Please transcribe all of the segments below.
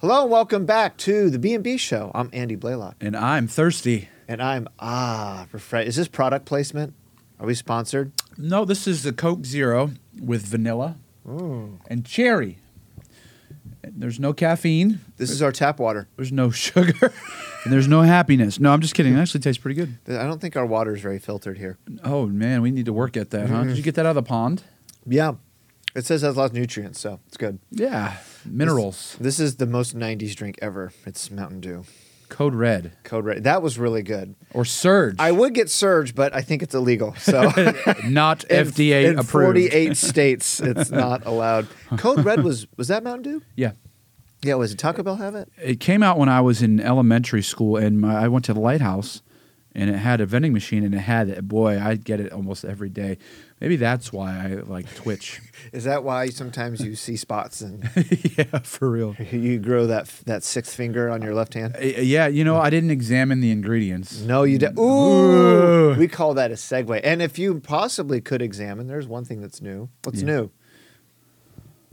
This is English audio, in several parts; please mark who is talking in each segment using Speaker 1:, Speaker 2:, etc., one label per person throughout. Speaker 1: Hello and welcome back to the B&B show. I'm Andy Blaylock
Speaker 2: And I'm thirsty.
Speaker 1: and I'm ah refresh. Is this product placement? Are we sponsored?
Speaker 2: No, this is the Coke Zero with vanilla and cherry. There's no caffeine.
Speaker 1: This is our tap water.
Speaker 2: There's no sugar. and there's no happiness. No, I'm just kidding. It actually tastes pretty good.
Speaker 1: I don't think our water is very filtered here.
Speaker 2: Oh man, we need to work at that, huh? Did you get that out of the pond?
Speaker 1: Yeah. It says it has lots of nutrients, so it's good.
Speaker 2: Yeah. Minerals.
Speaker 1: This is the most 90s drink ever. It's Mountain Dew.
Speaker 2: Code red.
Speaker 1: Code Red. That was really good.
Speaker 2: Or surge.
Speaker 1: I would get Surge, but I think it's illegal. So
Speaker 2: Not
Speaker 1: in-
Speaker 2: FDA
Speaker 1: in
Speaker 2: approved.
Speaker 1: 48 states, it's not allowed. Code Red was was that Mountain Dew?
Speaker 2: Yeah.
Speaker 1: Yeah, was it Taco Bell have it?
Speaker 2: It came out when I was in elementary school, and my, I went to the lighthouse, and it had a vending machine, and it had it. Boy, I get it almost every day. Maybe that's why I like Twitch.
Speaker 1: Is that why sometimes you see spots and
Speaker 2: yeah, for real.
Speaker 1: you grow that that sixth finger on your left hand?
Speaker 2: Yeah, you know, I didn't examine the ingredients.
Speaker 1: No, you don't. Ooh, we call that a segue. And if you possibly could examine, there's one thing that's new. What's
Speaker 2: Yeah.
Speaker 1: new?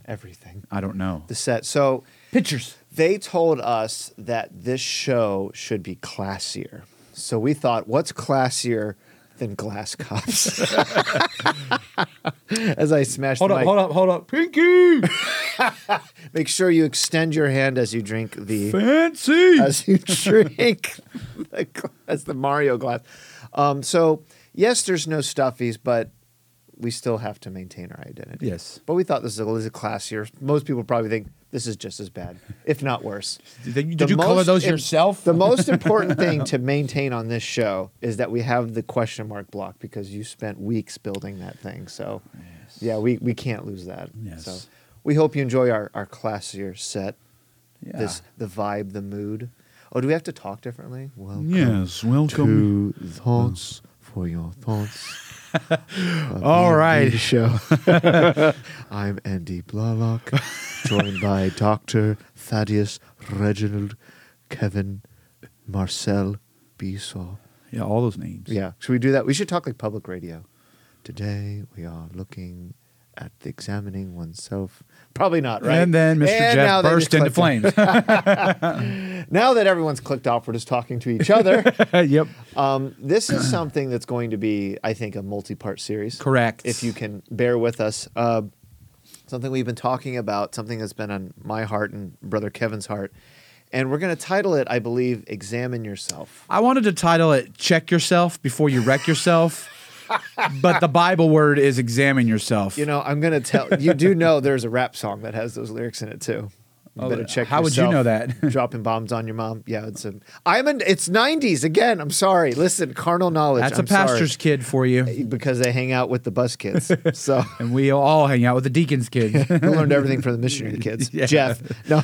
Speaker 1: Everything.
Speaker 2: I don't know.
Speaker 1: The set. So
Speaker 2: Pictures.
Speaker 1: they told us that this show should be classier. So we thought, what's classier than glass cups? As I smashed
Speaker 2: Hold
Speaker 1: the
Speaker 2: up,
Speaker 1: mic.
Speaker 2: hold up, hold up. Pinky!
Speaker 1: make sure you extend your hand as you drink the
Speaker 2: Fancy!
Speaker 1: as you drink the glass, the Mario glass. Um, so yes, there's no stuffies, but we still have to maintain our identity.
Speaker 2: Yes.
Speaker 1: But we thought this is a little classier. Most people probably think this is just as bad, if not worse.
Speaker 2: Did,
Speaker 1: The
Speaker 2: you- did you color
Speaker 1: most
Speaker 2: those
Speaker 1: im-
Speaker 2: yourself?
Speaker 1: The most important thing to maintain on this show is that we have the question mark block because you spent weeks building that thing. So, yeah, we, we can't lose that.
Speaker 2: Yes.
Speaker 1: So, we hope you enjoy our, our classier set.
Speaker 2: Yeah.
Speaker 1: This the vibe, the mood. Oh, do we have to talk differently? Welcome
Speaker 2: Yes, welcome.
Speaker 1: thoughts for your thoughts.
Speaker 2: All right.
Speaker 1: The show. I'm Andy Blalock, joined by Dr. Thaddeus Reginald Kevin Marcel Bisaw.
Speaker 2: Yeah, all those names.
Speaker 1: Yeah, should we do that? We should talk like public radio. Today we are looking at examining oneself. Probably not, right?
Speaker 2: And then Mr.
Speaker 1: And now
Speaker 2: Jeff
Speaker 1: they
Speaker 2: burst
Speaker 1: just
Speaker 2: into
Speaker 1: clicked-
Speaker 2: flames.
Speaker 1: Now that everyone's clicked off, we're just talking to each other.
Speaker 2: yep.
Speaker 1: Um, this is something that's going to be, I think, a multi-part series.
Speaker 2: Correct.
Speaker 1: If you can bear with us, uh, something we've been talking about, something that's been on my heart and brother Kevin's heart, and we're going to title it, I believe, "Examine Yourself."
Speaker 2: I wanted to title it "Check Yourself Before You Wreck Yourself," but the Bible word is "Examine Yourself."
Speaker 1: You know, I'm going to tell you. Do know there's a rap song that has those lyrics in it too. You
Speaker 2: Oh,
Speaker 1: better check.
Speaker 2: how would you
Speaker 1: yourself.
Speaker 2: know that?
Speaker 1: dropping bombs on your mom. Yeah, it's a. I'm an. It's 90s again. I'm sorry. Listen, carnal knowledge.
Speaker 2: that's
Speaker 1: I'm
Speaker 2: a pastor's
Speaker 1: sorry.
Speaker 2: kid for you,
Speaker 1: because they hang out with the bus kids. So.
Speaker 2: and we all hang out with the deacons' kids.
Speaker 1: I learned everything from the missionary kids.
Speaker 2: Yeah.
Speaker 1: Jeff. No.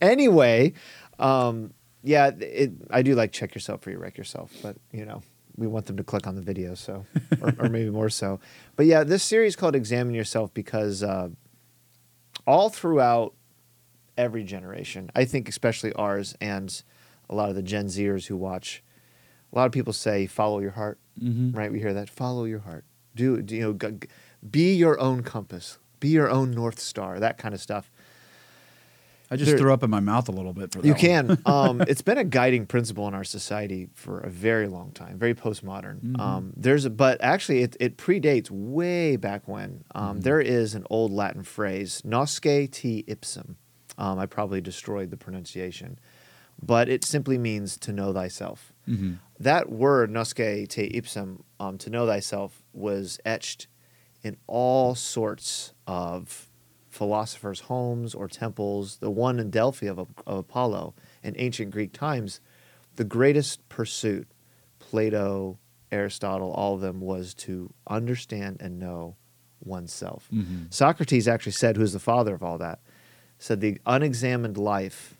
Speaker 1: anyway, um, yeah, it, I do like check yourself or you wreck yourself, but you know, we want them to click on the video, so or, or maybe more so. But yeah, this series called "Examine Yourself" because uh, all throughout every generation, I think especially ours and a lot of the Gen Zers who watch, a lot of people say follow your heart,
Speaker 2: Mhm.
Speaker 1: right? We hear that follow your heart. Do, do you know? G- g- be your own compass. Be your own north star. That kind of stuff.
Speaker 2: I just
Speaker 1: There-
Speaker 2: threw up in my mouth a little bit. For that
Speaker 1: You
Speaker 2: one.
Speaker 1: can. Um, it's been a guiding principle in our society for a very long time, very postmodern.
Speaker 2: Mm-hmm.
Speaker 1: Um, there's a, but actually, it, it predates way back when. Um,
Speaker 2: Mm-hmm.
Speaker 1: there is an old Latin phrase, "Nosce te ipsum." Um, I probably destroyed the pronunciation, but it simply means to know thyself.
Speaker 2: Mhm.
Speaker 1: That word, "Nosce te ipsum," um, to know thyself, was etched in all sorts of philosophers' homes or temples. The one in Delphi of, of Apollo in ancient Greek times, the greatest pursuit, Plato, Aristotle, all of them, was to understand and know oneself.
Speaker 2: Mhm.
Speaker 1: Socrates actually said, who's the father of all that, said, the unexamined life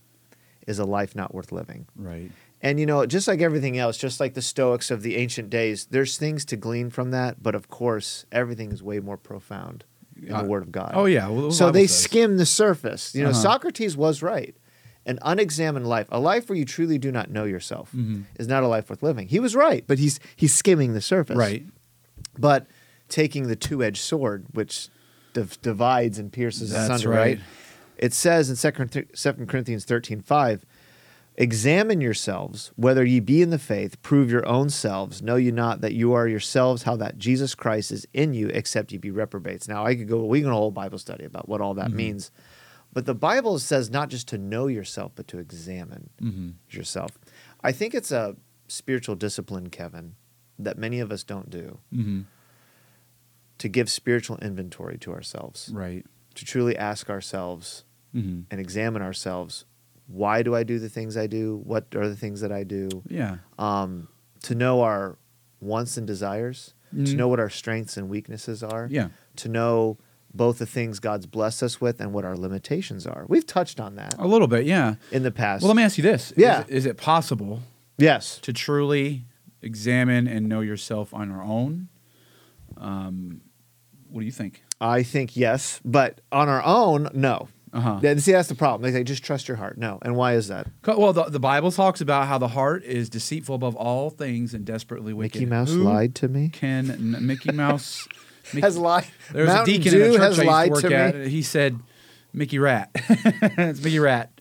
Speaker 1: is a life not worth living.
Speaker 2: Right.
Speaker 1: And you know, just like everything else, just like the Stoics of the ancient days, there's things to glean from that, but of course, everything is way more profound in
Speaker 2: Uh,
Speaker 1: the Word of God.
Speaker 2: Oh yeah. Well, the
Speaker 1: So
Speaker 2: Bible
Speaker 1: they
Speaker 2: says.
Speaker 1: skim the surface. You know,
Speaker 2: Uh-huh.
Speaker 1: Socrates was right. An unexamined life, a life where you truly do not know yourself,
Speaker 2: Mhm.
Speaker 1: is not a life worth living. He was right, but he's he's skimming the surface.
Speaker 2: Right.
Speaker 1: But taking the two-edged sword, which div- divides and pierces
Speaker 2: That's
Speaker 1: asunder,
Speaker 2: right.
Speaker 1: right? It says in 2 Second Corinthians 13 5, Examine yourselves, whether ye be in the faith, prove your own selves. Know you not that you are yourselves, how that Jesus Christ is in you, except ye be reprobates. Now, I could go, we can a whole Bible study about what all that
Speaker 2: Mm-hmm.
Speaker 1: means. But the Bible says not just to know yourself, but to examine
Speaker 2: Mm-hmm.
Speaker 1: yourself. I think it's a spiritual discipline, Kevin, that many of us don't do
Speaker 2: Mm-hmm.
Speaker 1: to give spiritual inventory to ourselves,
Speaker 2: Right.
Speaker 1: to truly ask ourselves,
Speaker 2: Mm-hmm.
Speaker 1: and examine ourselves. Why do I do the things I do? What are the things that I do?
Speaker 2: Yeah.
Speaker 1: Um, to know our wants and desires, to
Speaker 2: Mm.
Speaker 1: know what our strengths and weaknesses are,
Speaker 2: Yeah.
Speaker 1: to know both the things God's blessed us with and what our limitations are. We've touched on that
Speaker 2: A little bit. Yeah.
Speaker 1: in the past.
Speaker 2: Oh. Well, let me ask you this.
Speaker 1: Yeah.
Speaker 2: Is, is it possible
Speaker 1: yes.
Speaker 2: to truly examine and know yourself on our own? Um, what do you think?
Speaker 1: I think yes, but on our own, no.
Speaker 2: Uh huh.
Speaker 1: Then See, that's the problem. They say just trust your heart. No. And why is that?
Speaker 2: Well, the, the Bible talks about how the heart is deceitful above all things and desperately wicked.
Speaker 1: Mickey Mouse
Speaker 2: Who
Speaker 1: lied to me.
Speaker 2: Can n- Mickey Mouse? Mickey,
Speaker 1: Has lied.
Speaker 2: There was
Speaker 1: Mountain
Speaker 2: a deacon
Speaker 1: Dew
Speaker 2: in a
Speaker 1: has
Speaker 2: church I
Speaker 1: lied
Speaker 2: used to work
Speaker 1: to
Speaker 2: at.
Speaker 1: me.
Speaker 2: He said, "Mickey Rat." it's Mickey Rat.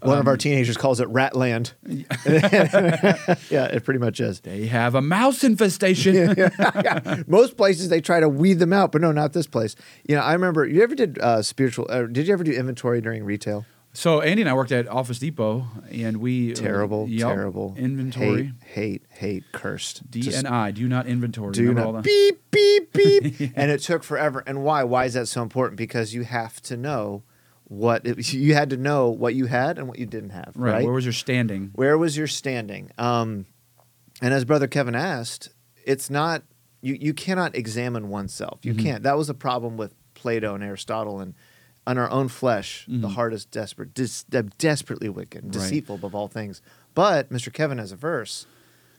Speaker 1: One
Speaker 2: Um,
Speaker 1: of our teenagers calls it Ratland. yeah, it pretty much is.
Speaker 2: They have a mouse infestation.
Speaker 1: Most places they try to weed them out, but no, not this place. You know, I remember you ever did uh, spiritual. Uh, did you ever do inventory during retail?
Speaker 2: So Andy and I worked at Office Depot, and we uh,
Speaker 1: Terrible,
Speaker 2: Yup.
Speaker 1: terrible
Speaker 2: inventory.
Speaker 1: Hate, hate, hate, cursed.
Speaker 2: D
Speaker 1: Just
Speaker 2: and I do not inventory.
Speaker 1: do
Speaker 2: Remember
Speaker 1: not
Speaker 2: all the-
Speaker 1: beep, beep, beep. and it took forever. And why? Why is that so important? Because you have to know what it, you had to know what you had and what you didn't have.
Speaker 2: right,
Speaker 1: Right.
Speaker 2: Where was your standing?
Speaker 1: Where was your standing? Um, and as Brother Kevin asked, it's not you. You cannot examine oneself. You can't. That was a problem with Plato and Aristotle, and on our own flesh, the heart is desperate, dis, de- desperately wicked, and
Speaker 2: Right.
Speaker 1: deceitful above all things. But Mr. Kevin has a verse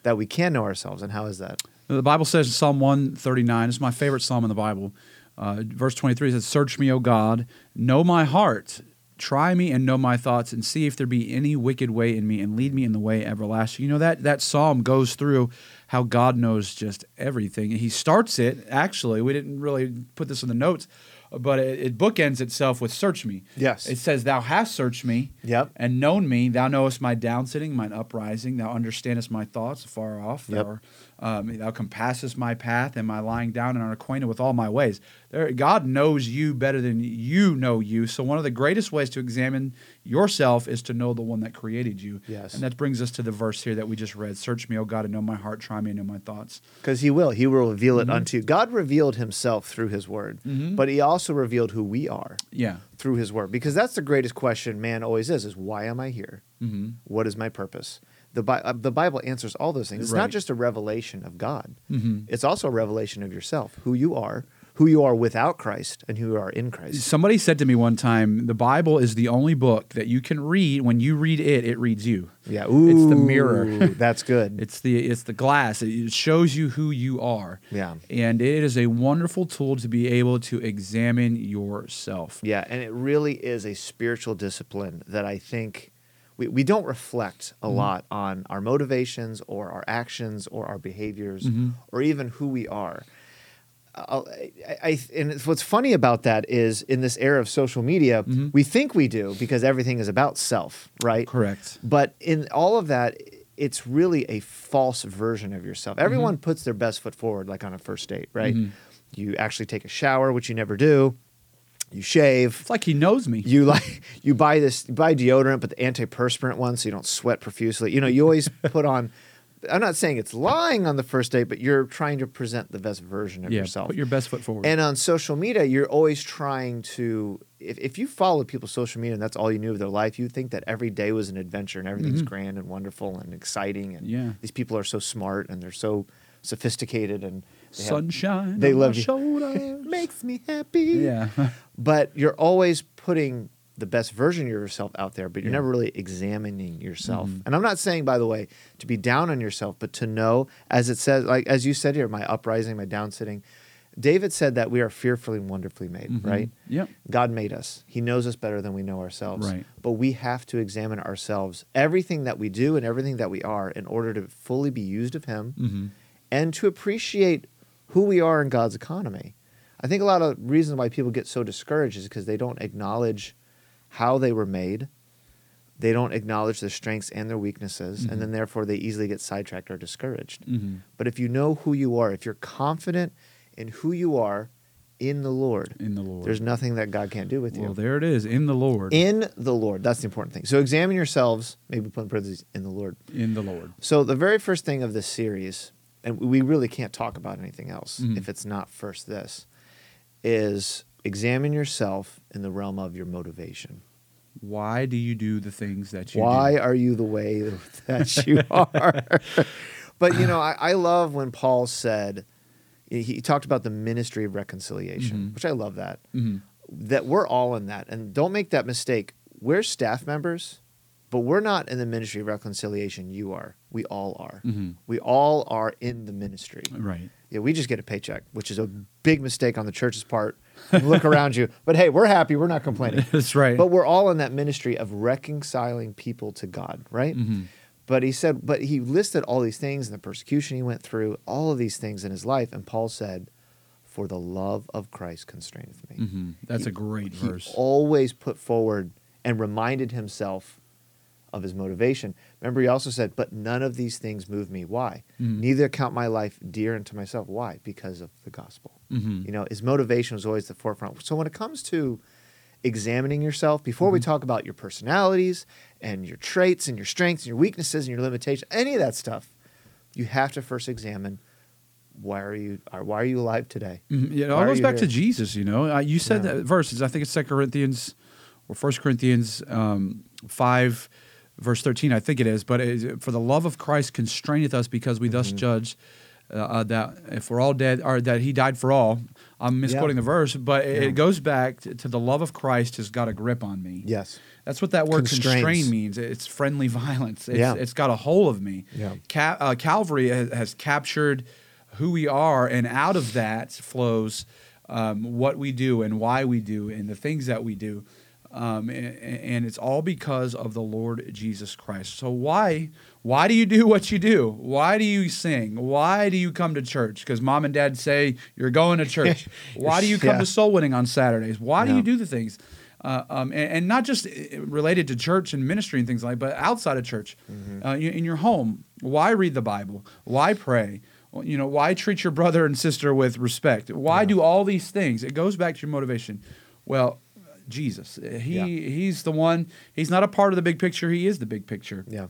Speaker 1: that we can know ourselves, and how is that?
Speaker 2: The Bible says in Psalm one thirty nine. It's my favorite psalm in the Bible. Uh, verse twenty three says, "Search me, O God, know my heart." Try me and know my thoughts, and see if there be any wicked way in me, and lead me in the way everlasting. You know that that psalm goes through how God knows just everything. He starts it actually. We didn't really put this in the notes, but it, it bookends itself with "Search me."
Speaker 1: Yes.
Speaker 2: it says, "Thou hast searched me,
Speaker 1: Yep.
Speaker 2: and known me. Thou knowest my down sitting, mine uprising. Thou understandest my thoughts afar off.
Speaker 1: Yep.
Speaker 2: Thou, um, thou compassest my path and my lying down, and art acquainted with all my ways. There, God knows you better than you know you. So one of the greatest ways to examine yourself is to know the one that created you.
Speaker 1: Yes.
Speaker 2: And that brings us to the verse here that we just read: "Search me, O God, and know my heart. Try me, and know my thoughts."
Speaker 1: Because he will. He will reveal it unto you. God revealed himself through his word, but he also revealed who we are
Speaker 2: Yeah.
Speaker 1: through his word. Because that's the greatest question man always is, is why am I here?
Speaker 2: Mm-hmm.
Speaker 1: What is my purpose? The, Bi- uh, the Bible answers all those things. It's
Speaker 2: Right.
Speaker 1: not just a revelation of God,
Speaker 2: Mm-hmm.
Speaker 1: it's also a revelation of yourself, who you are, who you are without Christ, and who you are in Christ.
Speaker 2: Somebody said to me one time, "The Bible is the only book that you can read. When you read it, it reads you."
Speaker 1: Yeah,
Speaker 2: It's the mirror.
Speaker 1: ooh, that's good.
Speaker 2: It's the it's the glass. It shows you who you are.
Speaker 1: Yeah.
Speaker 2: And it is a wonderful tool to be able to examine yourself.
Speaker 1: Yeah, and it really is a spiritual discipline that I think we, we don't reflect a lot on our motivations or our actions or our behaviors or even who we are. I'll- I, I, and it's- what's funny about that is in this era of social media, we think we do because everything is about self, right?
Speaker 2: Correct.
Speaker 1: But in all of that, it's really a false version of yourself. Everyone
Speaker 2: Mm-hmm.
Speaker 1: puts their best foot forward, like on a first date, right? You actually take a shower, which you never do. You shave.
Speaker 2: It's like he knows me.
Speaker 1: You like you buy this you buy deodorant, but the antiperspirant one, so you don't sweat profusely. You know, you always put on. I'm not saying it's lying on the first date, but you're trying to present the best version of
Speaker 2: yeah.
Speaker 1: yourself.
Speaker 2: Put your best foot forward.
Speaker 1: And on social media, you're always trying to. If, if you follow people's social media and that's all you knew of their life, you'd think that every day was an adventure and everything's grand and wonderful and exciting. And
Speaker 2: Mm-hmm. Yeah.
Speaker 1: these people are so smart and they're so sophisticated and they have-
Speaker 2: Sunshine.
Speaker 1: they
Speaker 2: on
Speaker 1: love
Speaker 2: my
Speaker 1: you.
Speaker 2: Shoulder.
Speaker 1: makes me happy.
Speaker 2: yeah.
Speaker 1: But you're always putting the best version of yourself out there, but you're
Speaker 2: Yeah.
Speaker 1: never really examining yourself. And I'm not saying, by the way, to be down on yourself, but to know, as it says, like as you said here, my uprising, my downsitting. David said that we are fearfully and wonderfully made,
Speaker 2: Mm-hmm.
Speaker 1: right?
Speaker 2: Yep.
Speaker 1: God made us. He knows us better than we know ourselves.
Speaker 2: Right.
Speaker 1: But we have to examine ourselves, everything that we do and everything that we are, in order to fully be used of Him
Speaker 2: Mhm.
Speaker 1: and to appreciate who we are in God's economy. I think a lot of reasons why people get so discouraged is because they don't acknowledge how they were made. They don't acknowledge their strengths and their weaknesses, and then therefore they easily get sidetracked or discouraged.
Speaker 2: Mhm.
Speaker 1: But if you know who you are, if you're confident in who you are in the Lord,
Speaker 2: in the Lord.
Speaker 1: there's nothing that God can't do with
Speaker 2: well,
Speaker 1: you.
Speaker 2: there it is in the Lord.
Speaker 1: In the Lord. That's the important thing. So examine yourselves, maybe put in parentheses, in the Lord.
Speaker 2: in the Lord.
Speaker 1: So the very first thing of this series, and we really can't talk about anything else
Speaker 2: Mhm.
Speaker 1: if it's not first this, is examine yourself in the realm of your motivation.
Speaker 2: Why do you do the things that you
Speaker 1: Why
Speaker 2: do?
Speaker 1: are you the way that you are? but you know, I, I love when Paul said he- he talked about the ministry of reconciliation,
Speaker 2: Mhm.
Speaker 1: which I love that.
Speaker 2: Mhm.
Speaker 1: That we're all in that, and don't make that mistake. We're staff members, but we're not in the ministry of reconciliation. You are. We all are.
Speaker 2: Mhm.
Speaker 1: We all are in the ministry.
Speaker 2: Right.
Speaker 1: Yeah, we just get a paycheck, which is a big mistake on the church's part. Look around you, but hey, we're happy. We're not complaining.
Speaker 2: That's right.
Speaker 1: But we're all in that ministry of reconciling people to God, right?
Speaker 2: Mhm.
Speaker 1: But he said, but he listed all these things and the persecution he went through, all of these things in his life. And Paul said, For the love of Christ constraineth me.
Speaker 2: Mhm. That's
Speaker 1: He-
Speaker 2: a great
Speaker 1: He
Speaker 2: verse.
Speaker 1: always put forward and reminded himself of his motivation. Remember, he also said, But none of these things move me. Why?
Speaker 2: Mhm.
Speaker 1: Neither count my life dear unto myself. Why? Because of the gospel.
Speaker 2: Mhm.
Speaker 1: You know, his motivation was always the forefront. So when it comes to examining yourself, before
Speaker 2: Mm-hmm.
Speaker 1: we talk about your personalities and your traits and your strengths and your weaknesses and your limitations, any of that stuff, you have to first examine why are you are why are you alive today?
Speaker 2: Mhm. Yeah, it
Speaker 1: Why
Speaker 2: all
Speaker 1: are
Speaker 2: goes
Speaker 1: you
Speaker 2: back to
Speaker 1: Mm-hmm. here?
Speaker 2: Jesus. You know, uh, you said
Speaker 1: Yeah.
Speaker 2: that verses. I think it's Second Corinthians or First Corinthians um, five, verse thirteen. I think it is. But it, for the love of Christ constraineth us, because we
Speaker 1: Mm-hmm.
Speaker 2: thus judge uh, uh, that if we're all dead, or that He died for all. I'm misquoting the verse, but it,
Speaker 1: Yeah.
Speaker 2: it goes back to, to the love of Christ has got a grip on me.
Speaker 1: Yes.
Speaker 2: That's what that word
Speaker 1: Constraints.
Speaker 2: constrain means. It's friendly violence. It's,
Speaker 1: Yeah.
Speaker 2: it's got a hold of me.
Speaker 1: Yeah.
Speaker 2: Ca- uh, Calvary has, has captured who we are, and out of that flows um, what we do and why we do and the things that we do. Um, and, and it's all because of the Lord Jesus Christ. So why why do you do what you do? Why do you sing? Why do you come to church? Because mom and dad say you're going to church. why do you come
Speaker 1: Yeah.
Speaker 2: to soul winning on Saturdays? Why do
Speaker 1: Yeah.
Speaker 2: you do the things? Uh, um, and, and not just uh, related to church and ministry and things like but outside of church,
Speaker 1: Mm-hmm.
Speaker 2: uh, you- in your home. Why read the Bible? Why pray? You know, why treat your brother and sister with respect? Why do all these things? It goes back to your motivation. Well, Jesus, eh, he
Speaker 1: Yeah.
Speaker 2: he's the one. He's not a part of the big picture. He is the big picture.
Speaker 1: Yeah.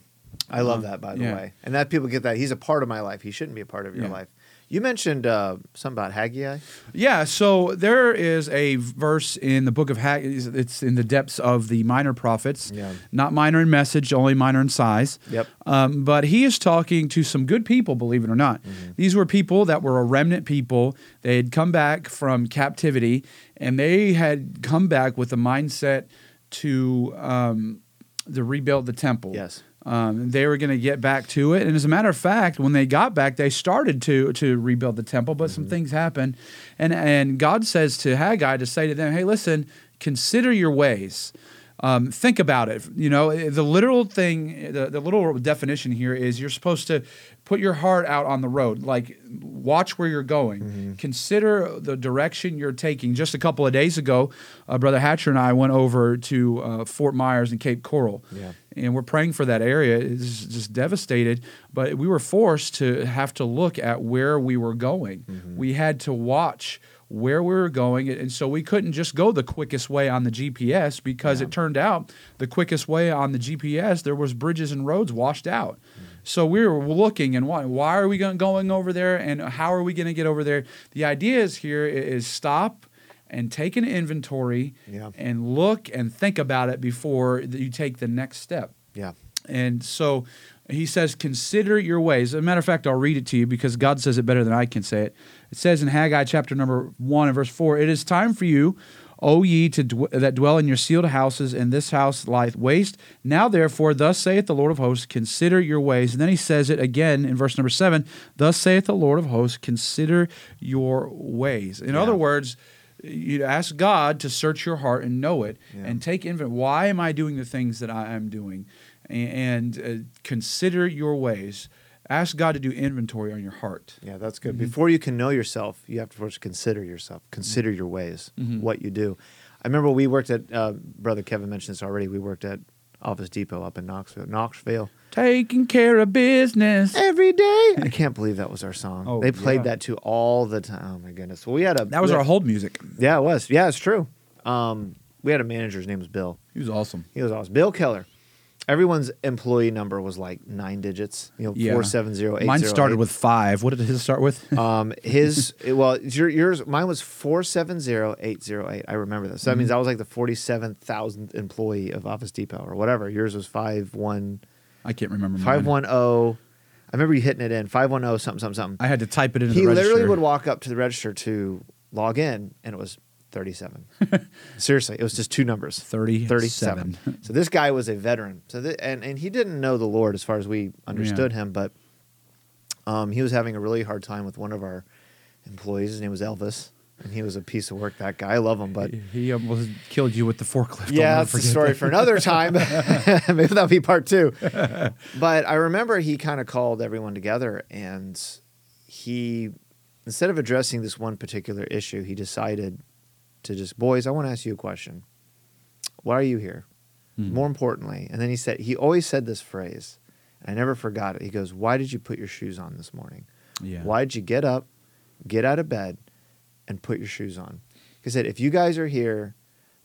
Speaker 1: I love
Speaker 2: Um,
Speaker 1: that by the
Speaker 2: yeah.
Speaker 1: way. And that people get that. He's a part of my life. He shouldn't be a part of your
Speaker 2: Yeah.
Speaker 1: life. You mentioned uh, something about Haggai.
Speaker 2: Yeah, so there is a verse in the book of Haggai. It's in the depths of the minor prophets.
Speaker 1: Yeah.
Speaker 2: Not minor in message, only minor in size.
Speaker 1: Yep.
Speaker 2: Um, but he is talking to some good people, believe it or not.
Speaker 1: Mm-hmm.
Speaker 2: These were people that were a remnant people. They had come back from captivity, and they had come back with a mindset to um, to rebuild the temple.
Speaker 1: Yes.
Speaker 2: Um, they were going to get back to it, and as a matter of fact, when they got back, they started to to rebuild the temple, but some things happened, and and God says to Haggai to say to them, "Hey, listen, consider your ways, um, think about it. You know, eh, the literal thing, the, the literal definition here is you're supposed to put your heart out on the road, like watch where you're going, consider the direction you're taking. Just a couple of days ago, uh, Brother Hatcher and I went over to uh, Fort Myers and Cape Coral
Speaker 1: Yeah.
Speaker 2: and we're praying for that area. It's just devastated, but we were forced to have to look at where we were going.
Speaker 1: Mm-hmm.
Speaker 2: We had to watch where we were going, and so we couldn't just go the quickest way on the GPS because it turned out the quickest way on the GPS there was bridges and roads washed out.
Speaker 1: Mm.
Speaker 2: So we were looking and why why are we going going over there and how are we going to get over there? The idea is here is stop and take an inventory
Speaker 1: Yeah.
Speaker 2: and look and think about it before that you take the next step.
Speaker 1: Yeah.
Speaker 2: And so he says, Consider your ways. As a matter of fact, I'll read it to you because God says it better than I can say it. It says in Haggai chapter number one and verse four, It is time for you, O ye to dw- that dwell in your sealed houses, and this house lieth waste. Now therefore, thus saith the Lord of hosts, Consider your ways. And then he says it again in verse number seven, Thus saith the Lord of hosts, Consider your ways. In
Speaker 1: Yeah.
Speaker 2: other words, you ask God to search your heart and know it
Speaker 1: Yeah.
Speaker 2: and take inventory. Why am I doing the things that I am doing? A- And, uh, consider your ways. Ask God to do inventory on your heart.
Speaker 1: Yeah, that's
Speaker 2: Mm-hmm. Mm-hmm.
Speaker 1: good. Before you can know yourself, you have to first consider yourself, consider your ways, what you do. I remember we worked at uh, brother Kevin mentioned this already. We worked at Office Depot up in Knoxville. Knoxville
Speaker 2: Taking care of business.
Speaker 1: every day. I can't believe that was our song.
Speaker 2: Oh,
Speaker 1: they played
Speaker 2: yeah.
Speaker 1: that too all the time. Oh my goodness. Well, we had a
Speaker 2: That was
Speaker 1: we-
Speaker 2: our hold music.
Speaker 1: Yeah, it was. Yeah, it's true. Um, we had a manager. His name was Bill.
Speaker 2: He was awesome.
Speaker 1: He was awesome. Bill Keller. Everyone's employee number was like nine digits. You know,
Speaker 2: Yeah.
Speaker 1: four seven zero Oh, eight.
Speaker 2: Mine started with five. What did his start with?
Speaker 1: Um, his well, your, yours, mine was four seven zero eight zero eight. I remember that. So that
Speaker 2: Mm-hmm.
Speaker 1: means I was like the forty seven thousandth employee of Office Depot or whatever. Yours was five one
Speaker 2: I can't remember. mine.
Speaker 1: five one zero. I remember you hitting it in five one zero something something something.
Speaker 2: I had to type it into
Speaker 1: he
Speaker 2: the register.
Speaker 1: literally would walk up to the register to log in, and it was thirty seven. Seriously, it was just two numbers.
Speaker 2: 37.
Speaker 1: 37. so this guy was a veteran. So th- and and he didn't know the Lord as far as we understood him, but um, he was having a really hard time with one of our employees. His name was Elvis, and he was a piece of work. That guy, I love him, but
Speaker 2: He almost killed you with the forklift. I'll
Speaker 1: yeah,
Speaker 2: never
Speaker 1: that's the
Speaker 2: forget
Speaker 1: story
Speaker 2: that.
Speaker 1: for another time. Maybe that'll be part two. But I remember he kind of called everyone together and he, instead of addressing this one particular issue, he decided to just, boys, I want to ask you a question. Why are you here?
Speaker 2: Hmm.
Speaker 1: More importantly, and then he said, he always said this phrase, and I never forgot it. He goes, Why did you put your shoes on this morning?
Speaker 2: Yeah.
Speaker 1: Why'd you get up, get out of bed, and put your shoes on? He said, if you guys are here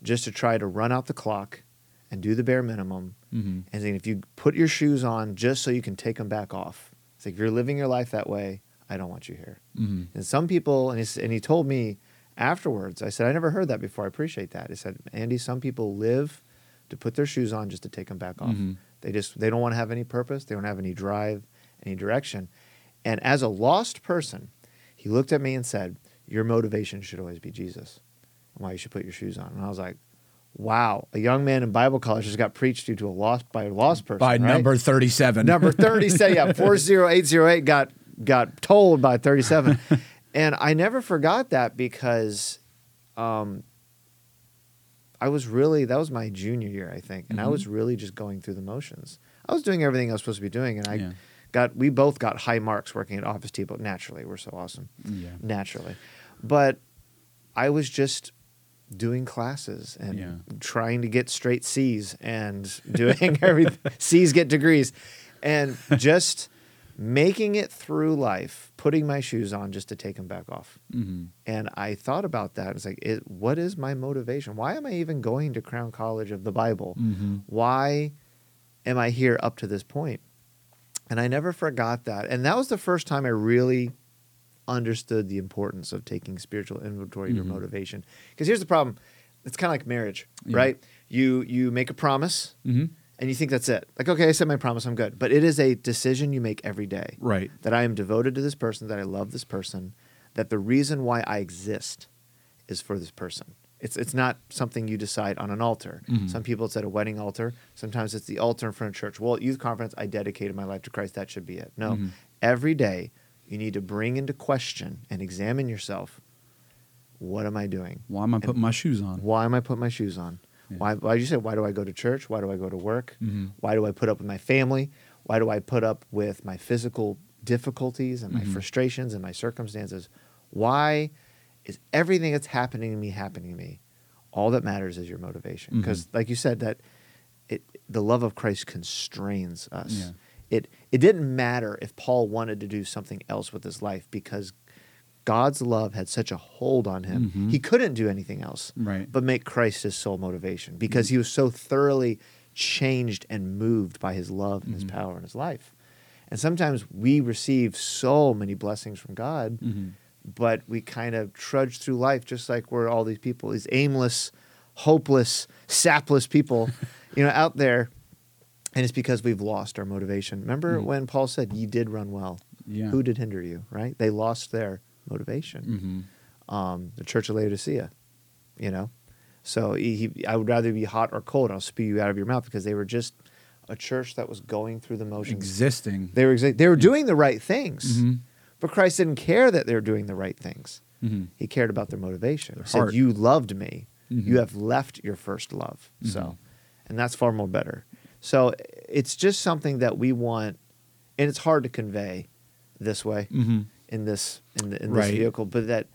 Speaker 1: just to try to run out the clock and do the bare minimum,
Speaker 2: Mhm.
Speaker 1: and then if you put your shoes on just so you can take them back off, it's like if you're living your life that way, I don't want you here.
Speaker 2: Mhm.
Speaker 1: And some people, and he, s- and he told me afterwards, I said, I never heard that before. I appreciate that. He said, Andy, some people live to put their shoes on just to take them back off.
Speaker 2: Mhm.
Speaker 1: They just, they don't want to have any purpose. They don't have any drive, any direction. And as a lost person, he looked at me and said, Your motivation should always be Jesus and why you should put your shoes on. And I was like, Wow, a young man in Bible college just got preached to to a lost by a lost person.
Speaker 2: By
Speaker 1: right?
Speaker 2: number 37.
Speaker 1: number 30 say yeah 40808 got got told by 37 and i never forgot that because um i was really that was my junior year i think and i
Speaker 2: Mhm.
Speaker 1: was really just going through the motions i was doing everything i was supposed to be doing and i
Speaker 2: Yeah.
Speaker 1: got we both got high marks working at office depot naturally we're so awesome
Speaker 2: Yeah.
Speaker 1: naturally but i was just doing classes and
Speaker 2: Yeah.
Speaker 1: trying to get straight C's and doing everything. C's get degrees. And just making it through life, putting my shoes on just to take them back off.
Speaker 2: hmm
Speaker 1: And I thought about that. It's like, it, what is my motivation? Why am I even going to Crown College of the Bible?
Speaker 2: hmm
Speaker 1: Why am I here up to this point? And I never forgot that. And that was the first time I really understood the importance of taking spiritual inventory of your
Speaker 2: Mhm.
Speaker 1: motivation. Because here's the problem. It's kind of like marriage,
Speaker 2: Yeah.
Speaker 1: right? You you make a promise
Speaker 2: hmm
Speaker 1: and you think that's it. Like, okay, I said my promise, I'm good. But it is a decision you make every day
Speaker 2: Right.
Speaker 1: that I am devoted to this person, that I love this person, that the reason why I exist is for this person. It's it's not something you decide on an altar.
Speaker 2: Mhm.
Speaker 1: Some people it's at a wedding altar. Sometimes it's the altar in front of church. Well, at youth conference, I dedicated my life to Christ. That should be it. No,
Speaker 2: Mhm.
Speaker 1: every day you need to bring into question and examine yourself. What am I doing?
Speaker 2: Why am I putting my shoes on?
Speaker 1: Why am I putting my shoes on?
Speaker 2: Yeah.
Speaker 1: Why? Why you say? Why do I go to church? Why do I go to work?
Speaker 2: Mhm.
Speaker 1: Why do I put up with my family? Why do I put up with my physical difficulties and my
Speaker 2: Mhm.
Speaker 1: frustrations and my circumstances? Why is everything that's happening to me happening to me? All that matters is your motivation,
Speaker 2: Mm-hmm.
Speaker 1: because, like you said, that it, the love of Christ constrains us.
Speaker 2: Yeah.
Speaker 1: It it didn't matter if Paul wanted to do something else with his life because God's love had such a hold on him.
Speaker 2: Mhm.
Speaker 1: He couldn't do anything else
Speaker 2: Right. Mm-hmm.
Speaker 1: but make Christ his sole motivation because he was so thoroughly changed and moved by his love and his
Speaker 2: Mm-hmm.
Speaker 1: power in his life. And sometimes we receive so many blessings from God,
Speaker 2: Mhm.
Speaker 1: but we kind of trudge through life just like we're all these people, these aimless, hopeless, sapless people, you know, out there. And it's because we've lost our motivation. Remember
Speaker 2: Mm.
Speaker 1: when Paul said, Ye did run well.
Speaker 2: Yeah.
Speaker 1: Who did hinder you, right? They lost their motivation
Speaker 2: hmm
Speaker 1: um, the Church of Laodicea, you know. So he, he, I would rather be hot or cold. I'll spew you out of your mouth because they were just a church that was going through the motions.
Speaker 2: Existing.
Speaker 1: They were exa- they were doing the right things,
Speaker 2: Mhm.
Speaker 1: but Christ didn't care that they were doing the right things.
Speaker 2: Mhm.
Speaker 1: He cared about their motivation.
Speaker 2: Their
Speaker 1: he said,
Speaker 2: heart.
Speaker 1: "You loved me.
Speaker 2: Mhm.
Speaker 1: You have left your first love."
Speaker 2: Mhm.
Speaker 1: So, and that's far more better. So it's just something that we want, and it's hard to convey this way
Speaker 2: Mhm.
Speaker 1: in this in, the, in this
Speaker 2: Right.
Speaker 1: vehicle, but that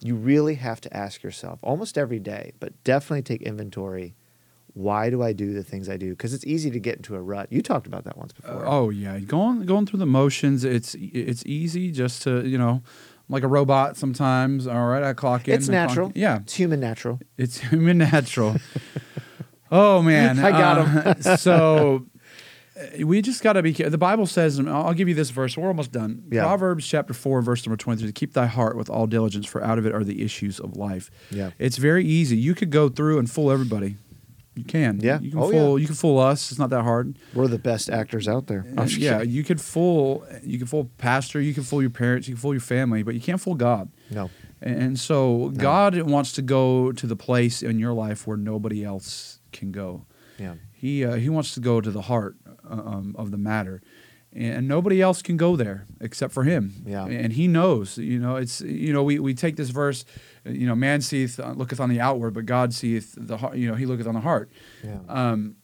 Speaker 1: you really have to ask yourself almost every day, but definitely take inventory. Why do I do the things I do? Because it's easy to get into a rut. You talked about that once before.
Speaker 2: Oh yeah, going going through the motions. It's it's easy just to you know, like a robot sometimes. All right, I clock in.
Speaker 1: it's
Speaker 2: I clock-
Speaker 1: natural.
Speaker 2: yeah,
Speaker 1: It's human natural.
Speaker 2: it's human natural. oh man,
Speaker 1: I got
Speaker 2: him. so uh, we just got to be. care- The Bible says, and I'll I'll give you this verse. We're almost done.
Speaker 1: Yeah.
Speaker 2: Proverbs chapter four, verse number twenty-three. Keep thy heart with all diligence, for out of it are the issues of life.
Speaker 1: Yeah.
Speaker 2: It's very easy. You could go through and fool everybody. You can.
Speaker 1: Yeah.
Speaker 2: You can
Speaker 1: Oh, yeah.
Speaker 2: fool. You can fool us. It's not that hard.
Speaker 1: We're the best actors out there. I'm just
Speaker 2: Uh, yeah,
Speaker 1: kidding.
Speaker 2: you could fool you could fool pastor, you could fool your parents, you can fool your family, but you Uh, can't fool God.
Speaker 1: No.
Speaker 2: And so God wants to go to the place in your life where nobody else can go.
Speaker 1: Yeah.
Speaker 2: He uh, he wants to go to the heart uh, um, of the matter, and nobody else can go there except for him.
Speaker 1: Yeah.
Speaker 2: and he knows. You know, it's you know we, we take this verse, uh, you know, man seeth uh, looketh on the outward, but God seeth the heart. You know, he looketh on the heart.
Speaker 1: Yeah.
Speaker 2: Um,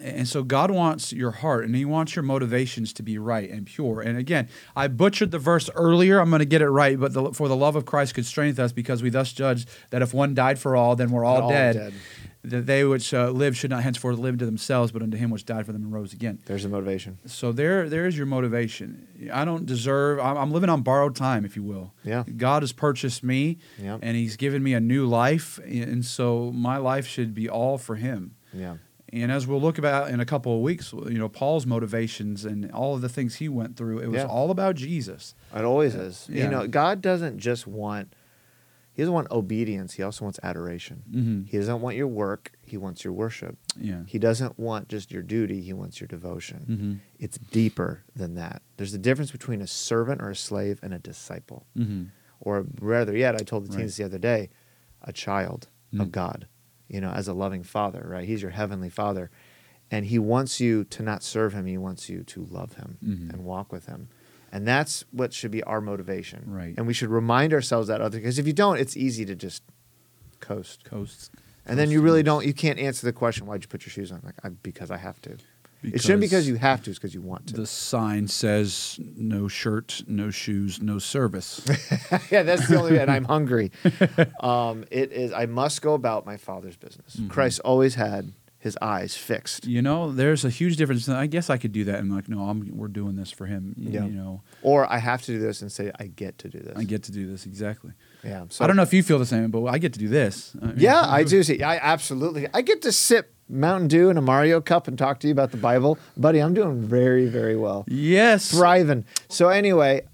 Speaker 2: and so God wants your heart, and He wants your motivations to be right and pure. And again, I butchered the verse earlier. I'm going to get it right. But the, for the love of Christ constraineth us, because we thus judge that if one died for all, then we're all,
Speaker 1: All
Speaker 2: dead.
Speaker 1: dead.
Speaker 2: That they which uh, live should not henceforth live to themselves, but unto Him which died for them and rose again.
Speaker 1: There's the motivation.
Speaker 2: So there, there is your motivation. I don't deserve. I'm, I'm living on borrowed time, if you will.
Speaker 1: Yeah.
Speaker 2: God has purchased me,
Speaker 1: Yeah.
Speaker 2: and He's given me a new life, and so my life should be all for Him.
Speaker 1: Yeah.
Speaker 2: And as we'll look about in a couple of weeks, you know, Paul's motivations and all of the things he went through, it was
Speaker 1: Yeah.
Speaker 2: all about Jesus.
Speaker 1: It always is.
Speaker 2: Yeah.
Speaker 1: You know, God doesn't just want He doesn't want obedience, He also wants adoration.
Speaker 2: Mhm.
Speaker 1: He doesn't want your work, He wants your worship.
Speaker 2: Yeah.
Speaker 1: He doesn't want just your duty, He wants your devotion.
Speaker 2: Mhm.
Speaker 1: It's deeper than that. There's a difference between a servant or a slave and a disciple.
Speaker 2: Mm-hmm.
Speaker 1: Or rather yet, I told the teens the other day, a child
Speaker 2: Mm.
Speaker 1: of God, you know, as a loving father, right? He's your heavenly father. And he wants you to not serve him, he wants you to love him
Speaker 2: Mhm.
Speaker 1: and walk with him. And that's what should be our motivation.
Speaker 2: Right.
Speaker 1: And we should remind ourselves that other because if you don't, it's easy to just coast.
Speaker 2: Coast.
Speaker 1: And then you really don't you can't answer the question, why'd you put your shoes on? Like I, because I have to. it shouldn't be because you have to, it's because you want to.
Speaker 2: The sign says no shirt, no shoes, no service.
Speaker 1: yeah, that's the only. And I'm hungry. Um, it is. I must go about my father's business.
Speaker 2: Mm-hmm.
Speaker 1: Christ always had his eyes fixed,
Speaker 2: you know, there's a huge difference. I guess I could do that. I'm like, no, I'm, we're doing this for him. You,
Speaker 1: Yeah.
Speaker 2: you know,
Speaker 1: or I have to do this and say I get to do this.
Speaker 2: I get to do this exactly.
Speaker 1: Yeah. So
Speaker 2: I don't know if you feel the same, but I get to do this. I mean-
Speaker 1: Yeah, I do see. I absolutely. I get to sip Mountain Dew and a Mario cup and talk to you about the Bible, buddy. I'm doing very, very well,
Speaker 2: Yes.
Speaker 1: thriving. So anyway,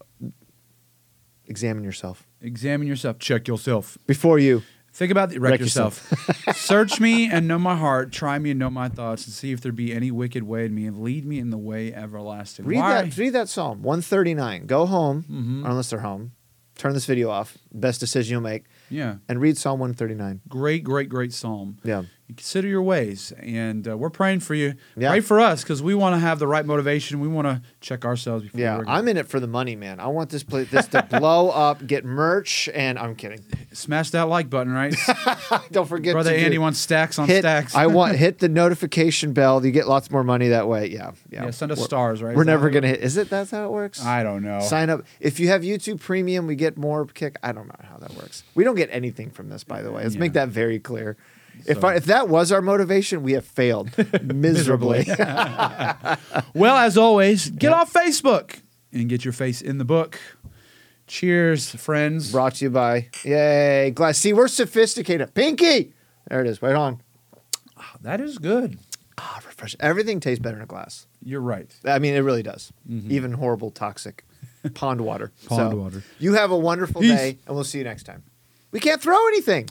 Speaker 1: examine yourself
Speaker 2: Examine yourself. Check yourself.
Speaker 1: before you.
Speaker 2: Think about the, wreck,
Speaker 1: Wreck
Speaker 2: yourself. Search me and know my heart. Try me and know my thoughts, and see if there be any wicked way in me, and lead me in the way everlasting.
Speaker 1: Read
Speaker 2: Why- Mm-hmm.
Speaker 1: that. Read that Psalm 139. Go home, or unless they're home. Turn this video off. Best decision you'll make.
Speaker 2: Yeah,
Speaker 1: and read Psalm 139.
Speaker 2: great, great, great psalm.
Speaker 1: Yeah.
Speaker 2: Consider your ways, and uh, we're praying for you.
Speaker 1: Yeah.
Speaker 2: Pray for us because we want to have the right motivation. We want to check ourselves before.
Speaker 1: Yeah,
Speaker 2: we're
Speaker 1: I'm in it for the money, man. I want this pla this to blow up, get merch, and I'm kidding.
Speaker 2: smash that like button, right?
Speaker 1: Don't forget,
Speaker 2: Brother
Speaker 1: to do-
Speaker 2: Andy wants stacks on
Speaker 1: hit,
Speaker 2: stacks.
Speaker 1: I want hit the notification bell. You get lots more money that way. Yeah, yeah.
Speaker 2: yeah, send us
Speaker 1: we're,
Speaker 2: stars, right?
Speaker 1: We're
Speaker 2: Is that
Speaker 1: never
Speaker 2: how-
Speaker 1: gonna hit. Is it? That's how it works.
Speaker 2: I don't know.
Speaker 1: Sign up. If you have YouTube Premium, we get more kick. I don't know how that works. We don't get anything from this, by the way. Let's
Speaker 2: Yeah.
Speaker 1: make that very clear. If
Speaker 2: So-
Speaker 1: I, if that was our motivation, we have failed miserably.
Speaker 2: Well, as always, get off Facebook and get your face in the book. Cheers, friends.
Speaker 1: Brought to you by Yay Glass. See, we're sophisticated. Pinky. There it is. Right on.
Speaker 2: That is good.
Speaker 1: Ah, refresh. Everything tastes better in a glass.
Speaker 2: You're right.
Speaker 1: I mean, it really does. Even horrible, toxic pond water.
Speaker 2: Mm-hmm. Pond water.
Speaker 1: You have a wonderful
Speaker 2: Peace.
Speaker 1: day, and we'll see you next time. We can't throw anything.